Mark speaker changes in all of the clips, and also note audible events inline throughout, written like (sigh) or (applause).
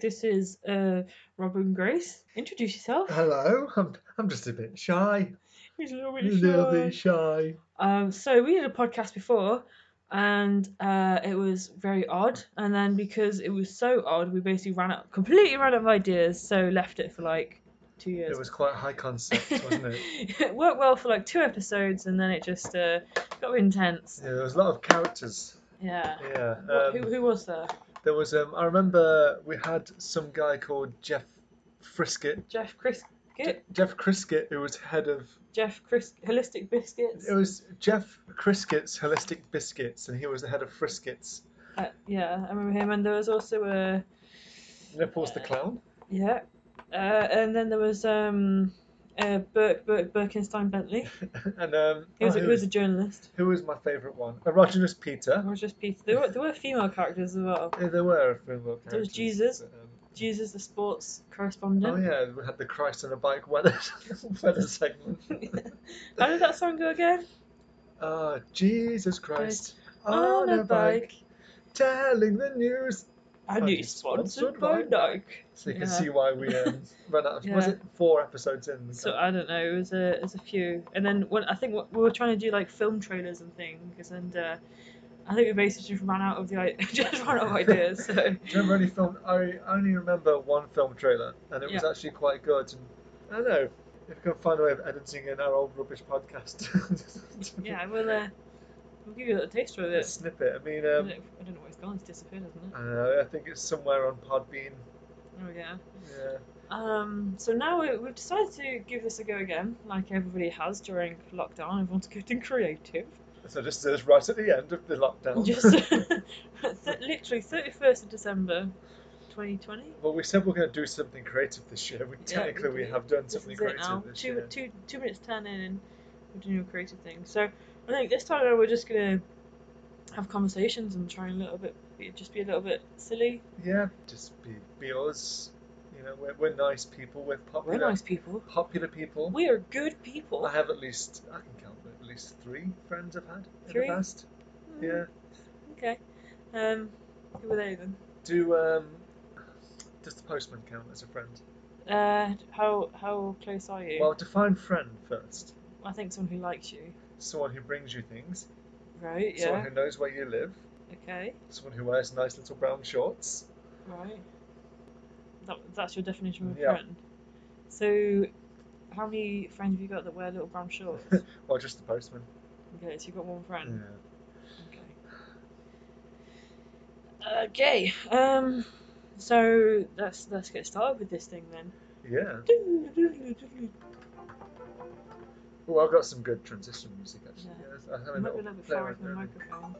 Speaker 1: this is uh, Robin Grace. Introduce yourself. (laughs)
Speaker 2: (laughs) Hello, I'm, I'm just a bit shy.
Speaker 1: He's a little
Speaker 2: A
Speaker 1: bit
Speaker 2: little
Speaker 1: shy.
Speaker 2: bit shy.
Speaker 1: Um, so we did a podcast before, and uh, it was very odd. And then because it was so odd, we basically ran out, completely ran out of ideas. So left it for like two years.
Speaker 2: It was quite
Speaker 1: (laughs)
Speaker 2: high concept, wasn't it?
Speaker 1: It worked well for like two episodes, and then it just uh, got intense.
Speaker 2: Yeah, there was a lot of characters.
Speaker 1: Yeah.
Speaker 2: Yeah.
Speaker 1: Wh-
Speaker 2: um,
Speaker 1: who, who was there?
Speaker 2: There was um I remember we had some guy called Jeff Friskett.
Speaker 1: Jeff Chris.
Speaker 2: Je- Jeff Criskett, who was head of
Speaker 1: Jeff Chris Holistic Biscuits.
Speaker 2: it was Jeff Criskett's Holistic Biscuits and he was the head of Friskets.
Speaker 1: Uh, yeah, I remember him. And there was also a
Speaker 2: Nipples the clown. (laughs)
Speaker 1: yeah, uh, and then there was um, uh, Burke Burke Birkenstein Bentley.
Speaker 2: and um
Speaker 1: He was,
Speaker 2: oh,
Speaker 1: a, he was a journalist.
Speaker 2: who was my favourite one? Erogenous Peter.
Speaker 1: It was just Peter. There were, there were female characters as well.
Speaker 2: Yeah, there were a few more
Speaker 1: There was
Speaker 2: characters,
Speaker 1: Jesus.
Speaker 2: but, um,
Speaker 1: Jesus, the sports
Speaker 2: Oh
Speaker 1: correspondent.
Speaker 2: yeah, we had the Christ on a bike weather (laughs) weather segment.
Speaker 1: (laughs) How did that song go again?
Speaker 2: Ah, Jesus Christ Oh,
Speaker 1: On a bike.
Speaker 2: telling the news.
Speaker 1: And
Speaker 2: Bike
Speaker 1: it's
Speaker 2: is sponsored
Speaker 1: sponsored by
Speaker 2: by
Speaker 1: Nike.
Speaker 2: So you can
Speaker 1: Yeah.
Speaker 2: see why we
Speaker 1: (laughs)
Speaker 2: um, ran out. Of, Was
Speaker 1: Yeah.
Speaker 2: it four episodes in? we
Speaker 1: So
Speaker 2: got-
Speaker 1: I don't know. It was a, it was a few, and then when I think what, we were trying to do like film trailers and things, and uh, I think we basically just ran out of the i- (laughs) just ran out of ideas. So
Speaker 2: (laughs) Do you remember any film? I only remember one film trailer, and it was actually quite good. And I don't know if we can find a way of editing in our old rubbish podcast. (laughs)
Speaker 1: yeah, we'll uh, we'll give you a little taste of
Speaker 2: a
Speaker 1: it.
Speaker 2: snippet. I mean,
Speaker 1: I
Speaker 2: um,
Speaker 1: don't I don't know where it's gone. It's disappeared, hasn't it?
Speaker 2: I, don't know, I think it's somewhere on Podbean.
Speaker 1: Oh yeah.
Speaker 2: Yeah.
Speaker 1: Um, so now we, we've decided to give this a go again, like everybody has during lockdown. Everyone's getting (laughs) creative.
Speaker 2: So just uh, right at the end of the lockdown.
Speaker 1: (laughs) Just
Speaker 2: (laughs)
Speaker 1: (laughs) th- literally thirty first of December, twenty twenty.
Speaker 2: well, we said we're going to do something creative this year. We
Speaker 1: Yeah,
Speaker 2: technically we
Speaker 1: we-
Speaker 2: have done
Speaker 1: This
Speaker 2: something
Speaker 1: is it
Speaker 2: creative
Speaker 1: now.
Speaker 2: this
Speaker 1: Two,
Speaker 2: year.
Speaker 1: two, two minutes ten in, and we're doing a creative thing. So I think this time around we're just gonna have conversations and try a little bit, be- just be a little bit silly.
Speaker 2: Yeah, just be be us. You know, we're, we're nice people. We're
Speaker 1: We're
Speaker 2: popular.
Speaker 1: nice people.
Speaker 2: Popular people.
Speaker 1: We are good people.
Speaker 2: I have at least I can count at least three friends I've had
Speaker 1: Three?
Speaker 2: in the past.
Speaker 1: Mm,
Speaker 2: Yeah.
Speaker 1: Okay. Um, who were they then?
Speaker 2: Do um, does the postman count as a friend?
Speaker 1: Uh, how how close are you?
Speaker 2: Well, define friend first.
Speaker 1: I think someone who likes you,
Speaker 2: Someone who brings you things.
Speaker 1: right? Yeah.
Speaker 2: Someone who knows where you live.
Speaker 1: Okay.
Speaker 2: Someone who wears nice little brown shorts.
Speaker 1: Right. That, that's your definition of a
Speaker 2: Yeah.
Speaker 1: friend. So, how many friends have you got that wear little brown shorts?
Speaker 2: (laughs) Or just the postman.
Speaker 1: okay, so you've got one
Speaker 2: Yeah.
Speaker 1: friend.
Speaker 2: Mm.
Speaker 1: Okay. Okay. Um. So let's let's get started with this thing then.
Speaker 2: Yeah. (laughs) Oh, I've got some good transition music actually.
Speaker 1: Yeah.
Speaker 2: Yes, I have a
Speaker 1: Might be a
Speaker 2: little
Speaker 1: little bit
Speaker 2: play
Speaker 1: far
Speaker 2: right
Speaker 1: from the
Speaker 2: now.
Speaker 1: microphone.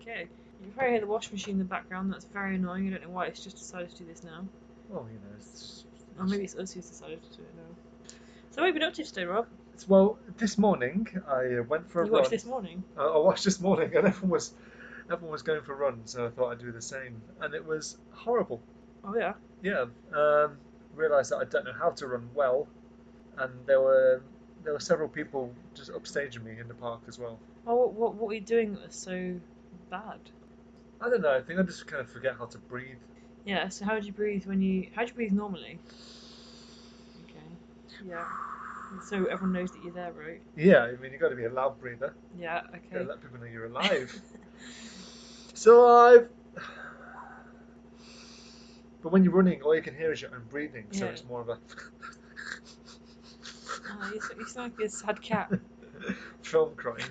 Speaker 1: Okay. You probably hear the washing machine in the background. That's very annoying. I don't know why it's just decided to do this now.
Speaker 2: Well, you know, it's just,
Speaker 1: Or maybe it's us who's decided to do it now. So what have you been up to today, Rob?
Speaker 2: It's- well, this morning I uh, went for a
Speaker 1: you
Speaker 2: run.
Speaker 1: watched this morning.
Speaker 2: I, I watched this morning, (laughs) and everyone was everyone was going for runs, so I thought I'd do the same, and it was horrible.
Speaker 1: Oh yeah.
Speaker 2: Yeah, um, realised that I don't know how to run well, and there were there were several people just upstaging me in the park as well.
Speaker 1: Well, Oh, what what, what were you doing that was so bad?
Speaker 2: I don't know. I think I just kind of forget how to breathe.
Speaker 1: Yeah. So how do you breathe when you? How do you breathe normally? Okay. Yeah. So everyone knows that you're there, right?
Speaker 2: Yeah, I mean you got to be a loud breather.
Speaker 1: Yeah.
Speaker 2: Gotta
Speaker 1: Okay.
Speaker 2: let people know
Speaker 1: (laughs)
Speaker 2: you're alive. Still alive. But when you're running, all you can hear is your own breathing, so
Speaker 1: Yeah.
Speaker 2: it's more of a
Speaker 1: Oh, you, sound, you sound like a sad cat.
Speaker 2: (laughs)
Speaker 1: (laughs)
Speaker 2: film crying.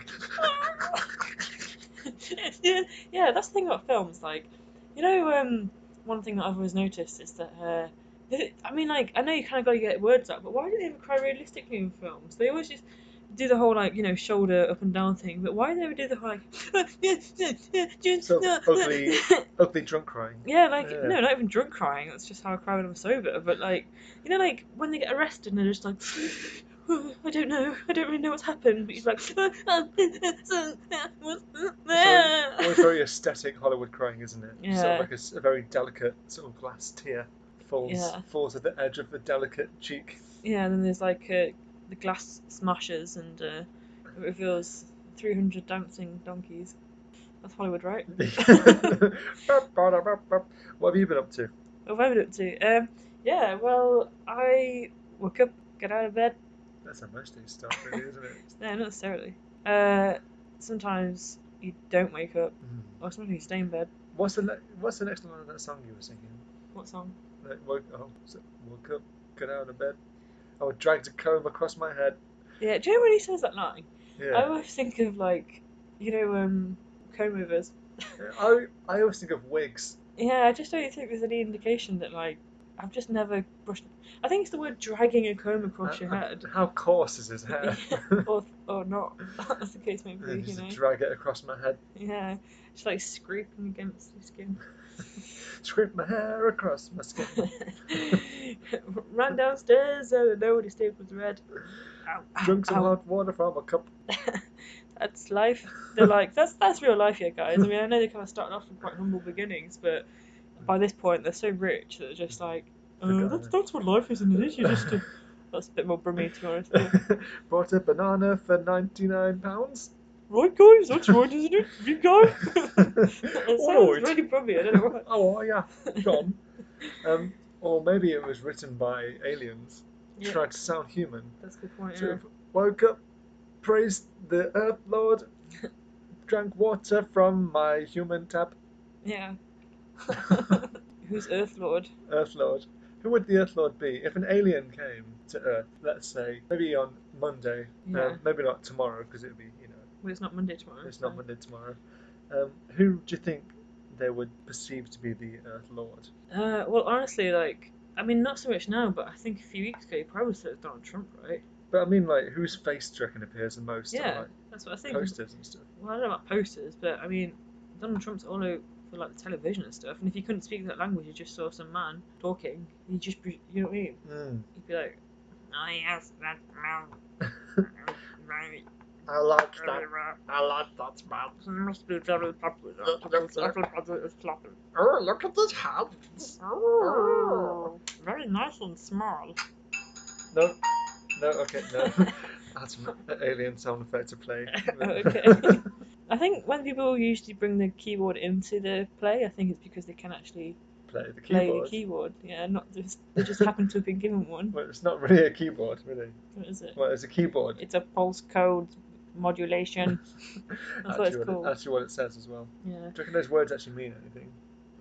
Speaker 1: yeah, yeah, that's the thing about films. Like, you know, um, one thing that I've always noticed is that, uh, that it, I mean, like, I know you kind of got to get words out, but why do they ever cry realistically in films? They always just do the whole like, you know, shoulder up and down thing. But why do they ever do the whole like,
Speaker 2: So ugly. Ugly drunk crying.
Speaker 1: (laughs) Yeah, like
Speaker 2: Yeah.
Speaker 1: no, not even drunk crying. That's just how I cry when I'm sober. But like, you know, like when they get arrested and they're just like, (laughs) I don't know, I don't really know what's happened. But he's like, (laughs)
Speaker 2: Always very aesthetic Hollywood crying, isn't it? Sort
Speaker 1: Yeah.
Speaker 2: of like a s- a, very delicate sort of glass tear falls
Speaker 1: Yeah.
Speaker 2: falls at the edge of the delicate
Speaker 1: (laughs)
Speaker 2: cheek. (laughs)
Speaker 1: yeah. Then there's like uh, the glass smashes and uh, it reveals 300 dancing donkeys. That's Hollywood, right?
Speaker 2: what have you been up to?
Speaker 1: What have I been up to? Um, yeah, well, I woke up, got out of bed.
Speaker 2: That's how most days start, really, isn't
Speaker 1: (laughs)
Speaker 2: it?
Speaker 1: No, not necessarily. Uh, sometimes you don't wake up, or sometimes you stay in bed.
Speaker 2: What's the ne- What's the next line of that song you were singing?
Speaker 1: What song?
Speaker 2: Like, woke, oh, so- woke up, got out of bed. I would drag a comb across my head.
Speaker 1: Yeah, do you know when he says that line? I
Speaker 2: Yeah.
Speaker 1: always think of like, you know, um, comovers.
Speaker 2: I, I always think of wigs.
Speaker 1: (laughs) Yeah, I just don't think there's any indication that like I've just never brushed. I think it's the word dragging a comb across your
Speaker 2: How-
Speaker 1: head,
Speaker 2: (laughs) How coarse is his (laughs) hair?
Speaker 1: (laughs) or or not, (laughs) as the case may
Speaker 2: (laughs)
Speaker 1: be.
Speaker 2: and
Speaker 1: You
Speaker 2: just
Speaker 1: know,
Speaker 2: drag it across my
Speaker 1: (laughs)
Speaker 2: head.
Speaker 1: yeah, just like scraping against your
Speaker 2: (laughs)
Speaker 1: skin. (laughs)
Speaker 2: Scrape my hair across my skin.
Speaker 1: Ran downstairs and nobody stayed was red. Ow, ow,
Speaker 2: Drunk some
Speaker 1: ow.
Speaker 2: hot water from
Speaker 1: (laughs)
Speaker 2: a cup.
Speaker 1: that's life. They're like that's that's real life here, guys. I mean, I know they kind of started off from quite humble beginnings, but by this point they're so rich that they're just like, uh,
Speaker 2: Forgotten
Speaker 1: that's
Speaker 2: it."
Speaker 1: that's what life is, and it is. You just uh, that's a (laughs) bit more brummy to be honest. Right,
Speaker 2: (laughs) Bought a banana for ninety nine pounds.
Speaker 1: guys, that's right, isn't it? You
Speaker 2: (laughs)
Speaker 1: go. (laughs) it Oh. sounds
Speaker 2: Alright.
Speaker 1: really brummy. I don't know why.
Speaker 2: (laughs) Oh yeah, John. um, or maybe it was written by aliens
Speaker 1: (laughs) Yeah,
Speaker 2: trying to sound human.
Speaker 1: that's a good point.
Speaker 2: Sort
Speaker 1: Yeah.
Speaker 2: of woke up, praised the Earth Lord, drank water from my human tap.
Speaker 1: (laughs) yeah.
Speaker 2: (laughs)
Speaker 1: (laughs) Who's Earth Lord?
Speaker 2: Earth Lord. Who would the Earth Lord be if an alien came to Earth? Let's say maybe on Monday,
Speaker 1: Yeah.
Speaker 2: um, maybe not tomorrow because it would be you know
Speaker 1: Well, it's not Monday tomorrow.
Speaker 2: it's
Speaker 1: so-
Speaker 2: not Monday tomorrow. Um, who do you think they would perceive to be the Earth Lord?
Speaker 1: Uh, well, honestly, like, I mean, not so much now, but I think a few weeks ago you probably said it was Donald Trump, right?
Speaker 2: But I mean, like, whose face do you reckon appears the most
Speaker 1: Yeah.
Speaker 2: on
Speaker 1: That's what I
Speaker 2: like,
Speaker 1: think.
Speaker 2: posters and stuff?
Speaker 1: Well, I don't know about posters, but I mean, Donald Trump's all over for like the television and stuff. And if you couldn't speak that language, you just saw some man talking. You just, be, you know what I mean?
Speaker 2: Mm.
Speaker 1: You'd be like, oh yes, that's man. Hmm. Right.
Speaker 2: (laughs) I like
Speaker 1: It
Speaker 2: I like that man.
Speaker 1: must be very popular.
Speaker 2: Look, look,
Speaker 1: because
Speaker 2: look.
Speaker 1: Everybody is clapping.
Speaker 2: Oh, look at his hands.
Speaker 1: Oh, very nice and small.
Speaker 2: No, no, okay,
Speaker 1: (laughs)
Speaker 2: no. That's an alien sound effect to (laughs) play.
Speaker 1: Okay. I think when people usually bring the keyboard into the play, I think it's because they can actually
Speaker 2: play the
Speaker 1: play
Speaker 2: keyboard.
Speaker 1: the keyboard. Yeah, not just they just happen to have been given one.
Speaker 2: Well, it's not really a keyboard, really.
Speaker 1: What is it?
Speaker 2: Well, it's
Speaker 1: (laughs)
Speaker 2: a keyboard.
Speaker 1: It's a pulse code modulation. That's what
Speaker 2: actually,
Speaker 1: it's
Speaker 2: what
Speaker 1: called.
Speaker 2: it, actually, what it says as well.
Speaker 1: (laughs) Yeah,
Speaker 2: Do you reckon those words actually mean anything?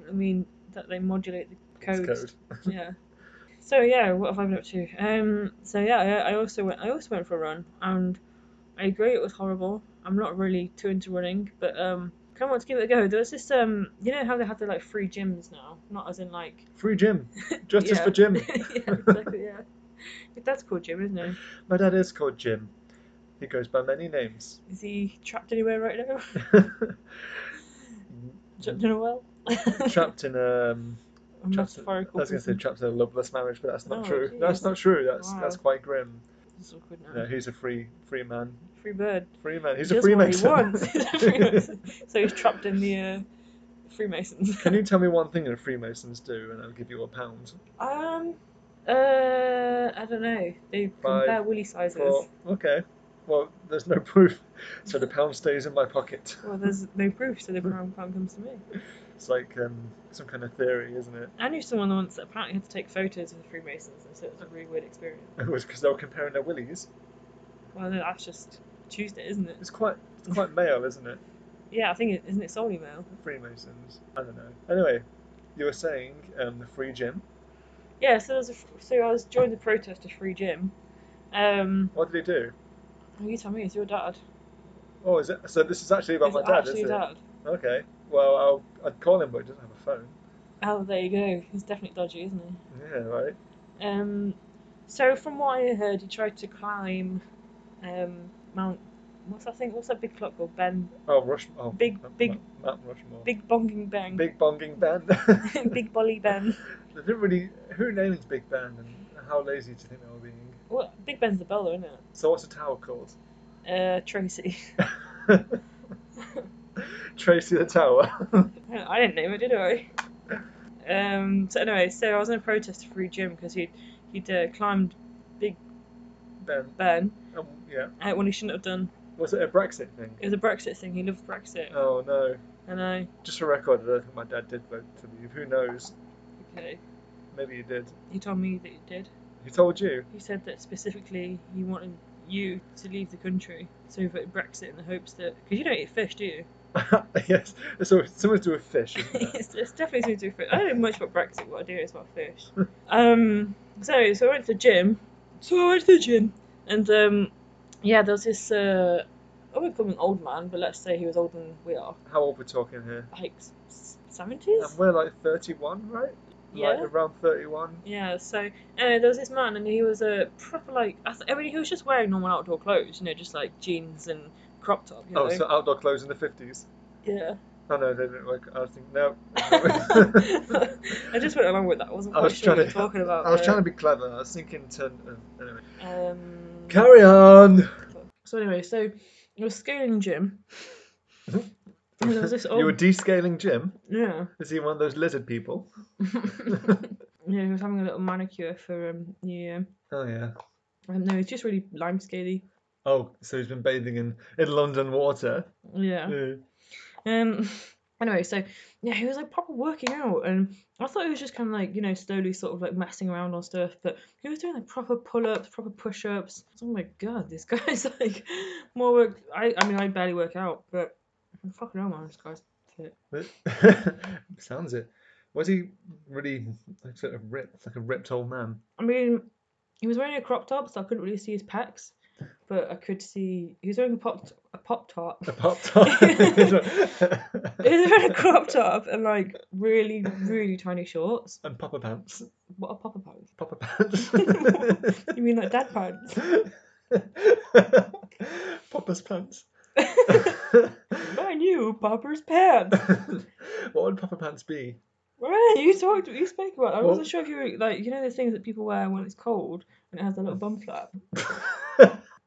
Speaker 1: I mean that they modulate the
Speaker 2: It's
Speaker 1: codes.
Speaker 2: code. (laughs)
Speaker 1: yeah. So yeah, what have I been up to? Um. So yeah, I, I also went. I also went for a run, and I agree it was horrible. I'm not really too into running, but um, kind of want to give it a go. There was this um, you know how they have the like free gyms now, not as in like
Speaker 2: (laughs) Free gym. Justice
Speaker 1: Yeah.
Speaker 2: for Jim.
Speaker 1: (laughs) yeah, exactly. Yeah. But that's called Jim, isn't it?
Speaker 2: My dad is called Jim. He goes by
Speaker 1: (laughs)
Speaker 2: many names. (laughs)
Speaker 1: Is he trapped anywhere right now? (laughs) trapped in a well? (laughs)
Speaker 2: trapped in um
Speaker 1: A
Speaker 2: trapped in- I
Speaker 1: metaphorical
Speaker 2: was gonna say
Speaker 1: prison.
Speaker 2: trapped in a loveless marriage, but that's not
Speaker 1: Oh,
Speaker 2: true.
Speaker 1: geez.
Speaker 2: That's not true. That's
Speaker 1: Wow.
Speaker 2: that's quite grim.
Speaker 1: That's awkward now.
Speaker 2: No, he's a free free man.
Speaker 1: Free bird.
Speaker 2: Free man. He's
Speaker 1: He
Speaker 2: a
Speaker 1: does what
Speaker 2: Freemason.
Speaker 1: He wants. (laughs) He's a
Speaker 2: (laughs)
Speaker 1: Freemason. so he's trapped in the uh, Freemasons.
Speaker 2: Can you tell me one thing that Freemasons do, and I'll give you a pound?
Speaker 1: (laughs) Um, uh, I don't know. They
Speaker 2: Five,
Speaker 1: compare willy sizes.
Speaker 2: Well, okay. Well, there's no proof, so the pound stays in my pocket.
Speaker 1: Well, there's no proof, so the brown pound comes to me.
Speaker 2: It's like um, some kind of theory, isn't it?
Speaker 1: I knew someone once that apparently had to take photos of the Freemasons, and so it was a really weird experience.
Speaker 2: It was because they were comparing their willies.
Speaker 1: Well, no, that's just Tuesday, isn't it?
Speaker 2: It's quite it's quite male, isn't it?
Speaker 1: Yeah, I think it isn't it solely male.
Speaker 2: Freemasons. I don't know. Anyway, you were saying um, the free gym.
Speaker 1: Yeah, so there's a so I was joined the protest of free gym. Um,
Speaker 2: What did he do?
Speaker 1: oh, you tell me, it's your dad.
Speaker 2: Oh, is it? So this is actually about
Speaker 1: Is
Speaker 2: my
Speaker 1: it
Speaker 2: dad,
Speaker 1: actually your
Speaker 2: is it?
Speaker 1: dad?
Speaker 2: Okay. Well, I'll, I'd call him, but he doesn't have a phone.
Speaker 1: Oh, there you go. He's definitely dodgy, isn't he?
Speaker 2: Yeah, right.
Speaker 1: Um, so from what I heard, he tried to climb um, Mount. What's that thing? What's that big clock called? Ben.
Speaker 2: Oh, Rushmore. Oh,
Speaker 1: Big-
Speaker 2: Ma-
Speaker 1: big-
Speaker 2: Ma- Mount Rushmore.
Speaker 1: Big bonging bang.
Speaker 2: Big bonging
Speaker 1: (laughs)
Speaker 2: Ben. (laughs)
Speaker 1: big bolly Ben.
Speaker 2: They didn't really. Who named Big Ben, and how lazy do you think they were being?
Speaker 1: Well, Big Ben's the bell, though, isn't
Speaker 2: So what's a tower called? (laughs)
Speaker 1: it? Uh, Tracy. (laughs)
Speaker 2: Tracy the Tower. (laughs)
Speaker 1: I didn't name it, did I? Um, so anyway, so I was in a protest for free gym because he'd he'd uh, climbed
Speaker 2: ben.
Speaker 1: Ben
Speaker 2: Um, yeah.
Speaker 1: uh, when he shouldn't have done.
Speaker 2: Was it a Brexit thing?
Speaker 1: It was a Brexit thing. He loves Brexit.
Speaker 2: Oh no.
Speaker 1: I know.
Speaker 2: Just for record, I don't think my dad did vote to leave. Who knows?
Speaker 1: Okay.
Speaker 2: Maybe he did.
Speaker 1: He told me that he did.
Speaker 2: He told you. (laughs)
Speaker 1: He said that specifically he wanted you to leave the country, so he voted Brexit in the hopes that because you don't eat fish, do
Speaker 2: (laughs)
Speaker 1: you?
Speaker 2: yes. So it's something to do with fish. Isn't it?
Speaker 1: (laughs) it's, it's definitely something to do with fish. I don't know much about Brexit. What I do is about
Speaker 2: (laughs)
Speaker 1: fish. um. So so I went to the gym. So I went to the gym, and um, yeah, there was this. Uh, I would call him an old man, but let's say he was older than we are,
Speaker 2: How old we're talking here?
Speaker 1: like
Speaker 2: And
Speaker 1: seventies.
Speaker 2: we're like 31, right? Like
Speaker 1: Yeah.
Speaker 2: around 31.
Speaker 1: Yeah, so uh, there was this man, and he was a proper like. I, th- I mean, he was just wearing normal outdoor clothes, you know, just like jeans and crop top. You
Speaker 2: Oh,
Speaker 1: know?
Speaker 2: so outdoor clothes in the 50s.
Speaker 1: yeah.
Speaker 2: Oh no, they didn't work. I was thinking, no.
Speaker 1: I just went along with that. I wasn't
Speaker 2: I
Speaker 1: quite
Speaker 2: was
Speaker 1: sure
Speaker 2: trying
Speaker 1: what we
Speaker 2: to.
Speaker 1: were talking about.
Speaker 2: I was trying to be clever. I was thinking to. uh, anyway.
Speaker 1: to. Um,
Speaker 2: Carry on.
Speaker 1: so anyway, so it was scaling gym. and there was this old.
Speaker 2: You were descaling Jim.
Speaker 1: yeah.
Speaker 2: Is he one of those lizard people?
Speaker 1: yeah, he was having a little manicure for um, New Year.
Speaker 2: Oh yeah.
Speaker 1: Um, no, he's just really lime scaly.
Speaker 2: Oh, so he's been bathing in in London water.
Speaker 1: Yeah.
Speaker 2: Yeah.
Speaker 1: Um. (laughs) Anyway, so yeah, he was like proper working out, and I thought he was just kind of like you know slowly sort of like messing around on stuff, but he was doing like proper pull ups, proper push ups. Oh my god, this guy's (laughs) like more work. I I mean I barely work out, but fucking hell, man, this guy's fit.
Speaker 2: (laughs) Sounds it. Was he really like sort of ripped, like a ripped old man?
Speaker 1: I mean, he was wearing a crop top, so I couldn't really see his pecs, but I could see he was wearing a pop a pop top. (laughs)
Speaker 2: A pop top.
Speaker 1: He was wearing a crop top and like really really tiny shorts.
Speaker 2: (laughs) and popper pants.
Speaker 1: What a popper pants. (laughs)
Speaker 2: Popper pants. (laughs)
Speaker 1: You mean like dad pants? (laughs)
Speaker 2: Popper's pants. (laughs)
Speaker 1: My new popper's pants.
Speaker 2: what would popper pants be?
Speaker 1: Right, you talked, you spoke about. I
Speaker 2: Well-
Speaker 1: wasn't sure if you were like, you know, the things that people wear when it's cold and it has a little bum
Speaker 2: (laughs)
Speaker 1: flap,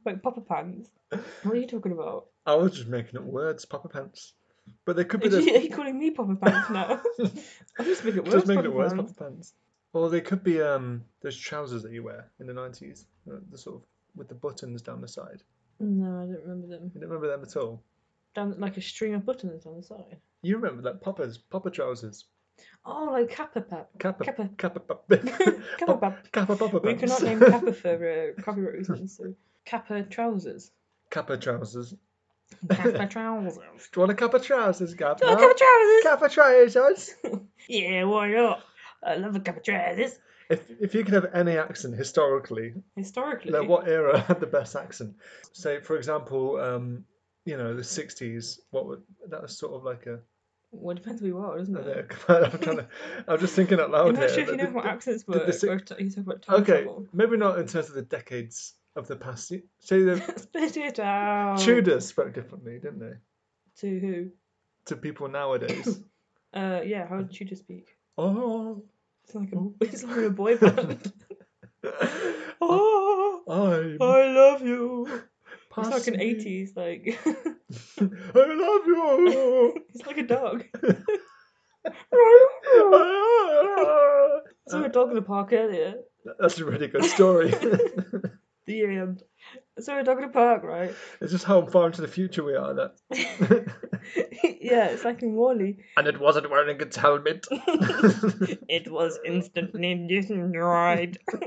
Speaker 1: like popper pants. What are you talking about?
Speaker 2: I was just making up words, popper pants. But
Speaker 1: (laughs)
Speaker 2: they could be
Speaker 1: Are
Speaker 2: those
Speaker 1: you, are you calling me popper pants now? (laughs) I'm just making it worse.
Speaker 2: (laughs) Just making it
Speaker 1: popper
Speaker 2: worse,
Speaker 1: pants.
Speaker 2: pop pants. Or they could be um those trousers that you wear in the nineties, uh, the sort of with the buttons down the side.
Speaker 1: No, I don't remember them.
Speaker 2: You don't remember them at all.
Speaker 1: Down like a string of buttons on the side.
Speaker 2: You remember that poppers, popper trousers,
Speaker 1: Oh, like kappa pap.
Speaker 2: kappa,
Speaker 1: Kappa.
Speaker 2: kappa,
Speaker 1: (laughs)
Speaker 2: pop- (laughs)
Speaker 1: Kappa pap.
Speaker 2: kappa, popper
Speaker 1: We
Speaker 2: pants.
Speaker 1: cannot name kappa for uh, copyright reasons. So kappa trousers.
Speaker 2: (laughs) kappa trousers.
Speaker 1: Kappa
Speaker 2: (laughs)
Speaker 1: trousers.
Speaker 2: Do you want a kappa trousers, Gab?
Speaker 1: Do you want
Speaker 2: No?
Speaker 1: kappa trousers?
Speaker 2: Kappa trousers.
Speaker 1: Yeah, why not? I love a cup of trousers.
Speaker 2: if if you could have any accent historically,
Speaker 1: Historically,
Speaker 2: Like what era (laughs) had the best accent? So, for example, um, you know, the '60s. What would that was sort of like a.
Speaker 1: well, it depends who you are, doesn't
Speaker 2: I don't
Speaker 1: it?
Speaker 2: know, come on, I'm
Speaker 1: (laughs)
Speaker 2: trying to. I'm just thinking out loud
Speaker 1: I'm not
Speaker 2: here.
Speaker 1: sure if you
Speaker 2: but
Speaker 1: know
Speaker 2: the-
Speaker 1: what
Speaker 2: the-
Speaker 1: accents
Speaker 2: the
Speaker 1: work.
Speaker 2: si-
Speaker 1: or if you talk about time
Speaker 2: okay,
Speaker 1: travel. (laughs)
Speaker 2: maybe not in terms of the decades of the past.
Speaker 1: (laughs)
Speaker 2: Say the
Speaker 1: Split it out.
Speaker 2: Tudors spoke differently, didn't they,
Speaker 1: To who?
Speaker 2: to
Speaker 1: (laughs)
Speaker 2: people nowadays?
Speaker 1: Uh, yeah, how did Tudor speak?
Speaker 2: oh,
Speaker 1: It's like a,
Speaker 2: Oh.
Speaker 1: (laughs) it's like a boy
Speaker 2: (laughs)
Speaker 1: band. (laughs) oh,
Speaker 2: I'm
Speaker 1: I love you. It's like
Speaker 2: passing
Speaker 1: an
Speaker 2: you.
Speaker 1: 80s, like,
Speaker 2: (laughs)
Speaker 1: (laughs)
Speaker 2: I love you.
Speaker 1: it's (laughs) like a dog.
Speaker 2: Ah.
Speaker 1: I saw a dog in the park earlier.
Speaker 2: That's a really good (laughs) story.
Speaker 1: The end. I saw a dog in the park, right? (laughs)
Speaker 2: It's just how far into the future we are that.
Speaker 1: yeah, it's like in Wally.
Speaker 2: (laughs) and it wasn't wearing its helmet.
Speaker 1: (laughs)
Speaker 2: (laughs)
Speaker 1: It was instantly destroyed. (laughs) so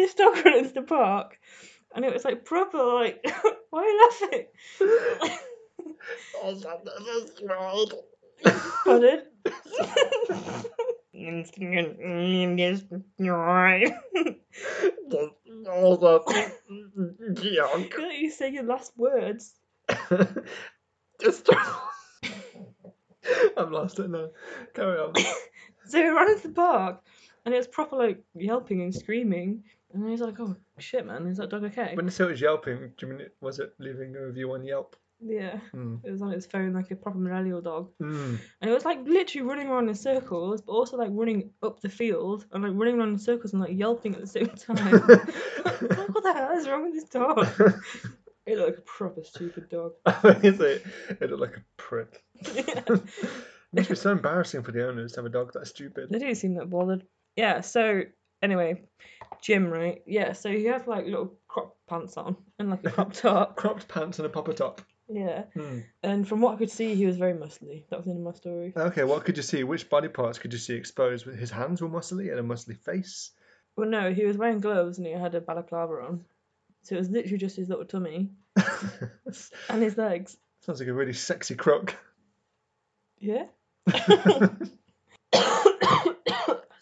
Speaker 1: this dog ran into the park, and it was like proper like, (laughs) why are you laughing? Pardon? (laughs) Instantly destroyed. (laughs) Could you say your last words?
Speaker 2: Just- (laughs) I'm lost it now. Carry on.
Speaker 1: So we ran into the park, and it was proper like yelping and screaming. And I was like, oh shit, man, is that dog okay?
Speaker 2: When you say it was yelping, do you mean it, was it leaving a review on Yelp?
Speaker 1: Yeah.
Speaker 2: Mm.
Speaker 1: It was on its phone like a proper millennial dog.
Speaker 2: Mm.
Speaker 1: And it was like literally running around in circles, but also like running up the field and like running around in circles and like yelping at the same time. (laughs)
Speaker 2: Hmm. (laughs)
Speaker 1: like, what the hell is wrong with this dog? It looked like a proper stupid dog. (laughs)
Speaker 2: (laughs) Obviously, it looked like a prick. (laughs)
Speaker 1: Yeah.
Speaker 2: Must be so embarrassing for the owners to have a dog that stupid.
Speaker 1: They didn't seem that bothered. Yeah, so Anyway, Jim, right? Yeah, so he had like little crop pants on and like a crop top.
Speaker 2: Cropped pants and a popper top.
Speaker 1: yeah.
Speaker 2: Hmm.
Speaker 1: And from what I could see, he was very muscly. That was in my story.
Speaker 2: Okay, what could you see? Which body parts could you see exposed? His hands were muscly and a muscly face. (laughs)
Speaker 1: Well, no, he was wearing gloves and he had a balaclava on. So it was literally just his little tummy
Speaker 2: Sounds
Speaker 1: and his legs.
Speaker 2: like a really sexy (laughs) crook.
Speaker 1: Yeah.
Speaker 2: (coughs) Do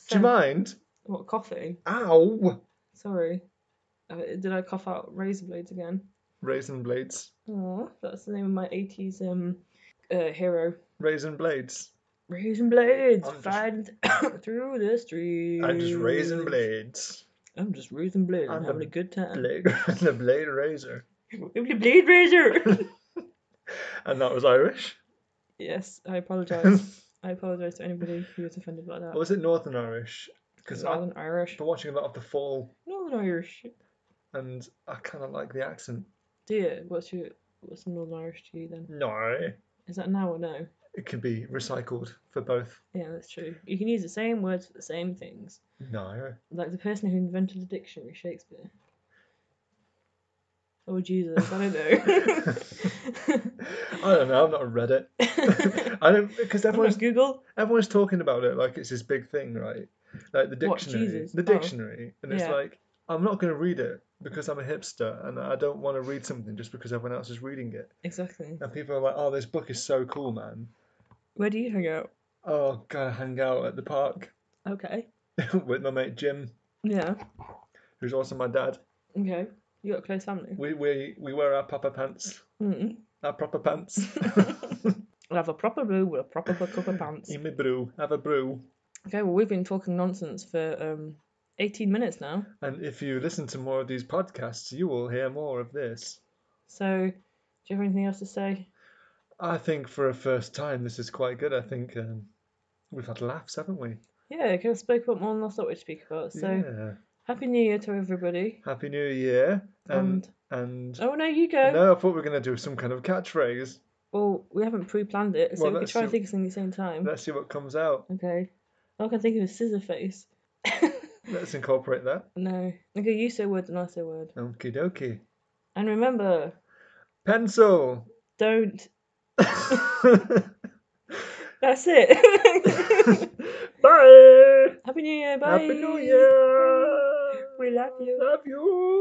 Speaker 1: So-
Speaker 2: you mind?
Speaker 1: What, coughing?
Speaker 2: Ow!
Speaker 1: Sorry. Uh, Did I cough out razor blades again?
Speaker 2: Raisin blades.
Speaker 1: Aw, that's the name of my 80s um uh, hero.
Speaker 2: Raisin blades.
Speaker 1: Raising blades,
Speaker 2: I'm just-
Speaker 1: find (coughs) through the street.
Speaker 2: I'm just raisin blades.
Speaker 1: I'm just raising blades.
Speaker 2: I'm
Speaker 1: I'm
Speaker 2: the
Speaker 1: having a good time.
Speaker 2: Blade, (laughs) the blade razor.
Speaker 1: Blade, blade razor. (laughs)
Speaker 2: And that was Irish.
Speaker 1: yes, I apologize. I apologize to anybody who was offended by that.
Speaker 2: (laughs) Or was it Northern Irish? Because I've
Speaker 1: Northern Irish.
Speaker 2: been watching a lot of The Fall
Speaker 1: Northern Irish.
Speaker 2: and I kind of like the accent.
Speaker 1: Dear, what's your what's Northern Irish to you then?
Speaker 2: No.
Speaker 1: Is that now or no?
Speaker 2: It can be recycled for both.
Speaker 1: Yeah, that's true. You can use the same words for the same things.
Speaker 2: No.
Speaker 1: Like the person who invented the dictionary, Shakespeare. Oh Jesus, I don't
Speaker 2: I don't know. I'm not a
Speaker 1: (laughs)
Speaker 2: Reddit.
Speaker 1: know.
Speaker 2: (laughs) I don't because
Speaker 1: I'm on (laughs)
Speaker 2: everyone's
Speaker 1: Google.
Speaker 2: everyone's talking about it like it's this big thing, right? Like the
Speaker 1: What,
Speaker 2: dictionary,
Speaker 1: Jesus?
Speaker 2: the
Speaker 1: Oh.
Speaker 2: dictionary, and it's
Speaker 1: Yeah.
Speaker 2: like I'm not going to read it because I'm a hipster and I don't want to read something just because everyone else is reading it.
Speaker 1: Exactly.
Speaker 2: And people are like, "Oh, this book is so cool, man."
Speaker 1: Where do you hang out?
Speaker 2: Oh, gotta hang out at the park (laughs)
Speaker 1: Okay.
Speaker 2: with my mate Jim,
Speaker 1: Yeah.
Speaker 2: who's also my dad.
Speaker 1: Okay. You got a close family.
Speaker 2: We we we wear our proper pants,
Speaker 1: Mm.
Speaker 2: our proper pants.
Speaker 1: (laughs)
Speaker 2: (laughs)
Speaker 1: I'll have a proper brew with a proper bu- cup of pants.
Speaker 2: In my brew, have a brew.
Speaker 1: Okay. Well, we've been talking nonsense for um, 18 minutes now.
Speaker 2: And if you listen to more of these podcasts, you will hear more of this.
Speaker 1: So, do you have anything else to say?
Speaker 2: I think for a first time, this is quite good. I think um, we've had laughs, haven't we?
Speaker 1: Yeah, I kind of spoke about more than I thought we'd speak about. So,
Speaker 2: yeah.
Speaker 1: happy New Year to everybody.
Speaker 2: Happy New Year. And
Speaker 1: And
Speaker 2: and
Speaker 1: oh no, you go.
Speaker 2: no, I thought we were gonna do some kind of catchphrase.
Speaker 1: Well, we haven't pre-planned it, so
Speaker 2: Well,
Speaker 1: we could
Speaker 2: let's
Speaker 1: try and
Speaker 2: see-
Speaker 1: think of something at the same time.
Speaker 2: Let's see what comes out.
Speaker 1: Okay. All I can think of is scissor face. (laughs)
Speaker 2: Let's incorporate that.
Speaker 1: no. Okay, you say a word and I say a word.
Speaker 2: Okie dokie.
Speaker 1: And remember, (laughs)
Speaker 2: Pencil. (laughs)
Speaker 1: don't. That's
Speaker 2: (laughs)
Speaker 1: it. (laughs)
Speaker 2: Bye.
Speaker 1: Happy New Year. Bye.
Speaker 2: Happy New Year.
Speaker 1: We love you.
Speaker 2: Love you.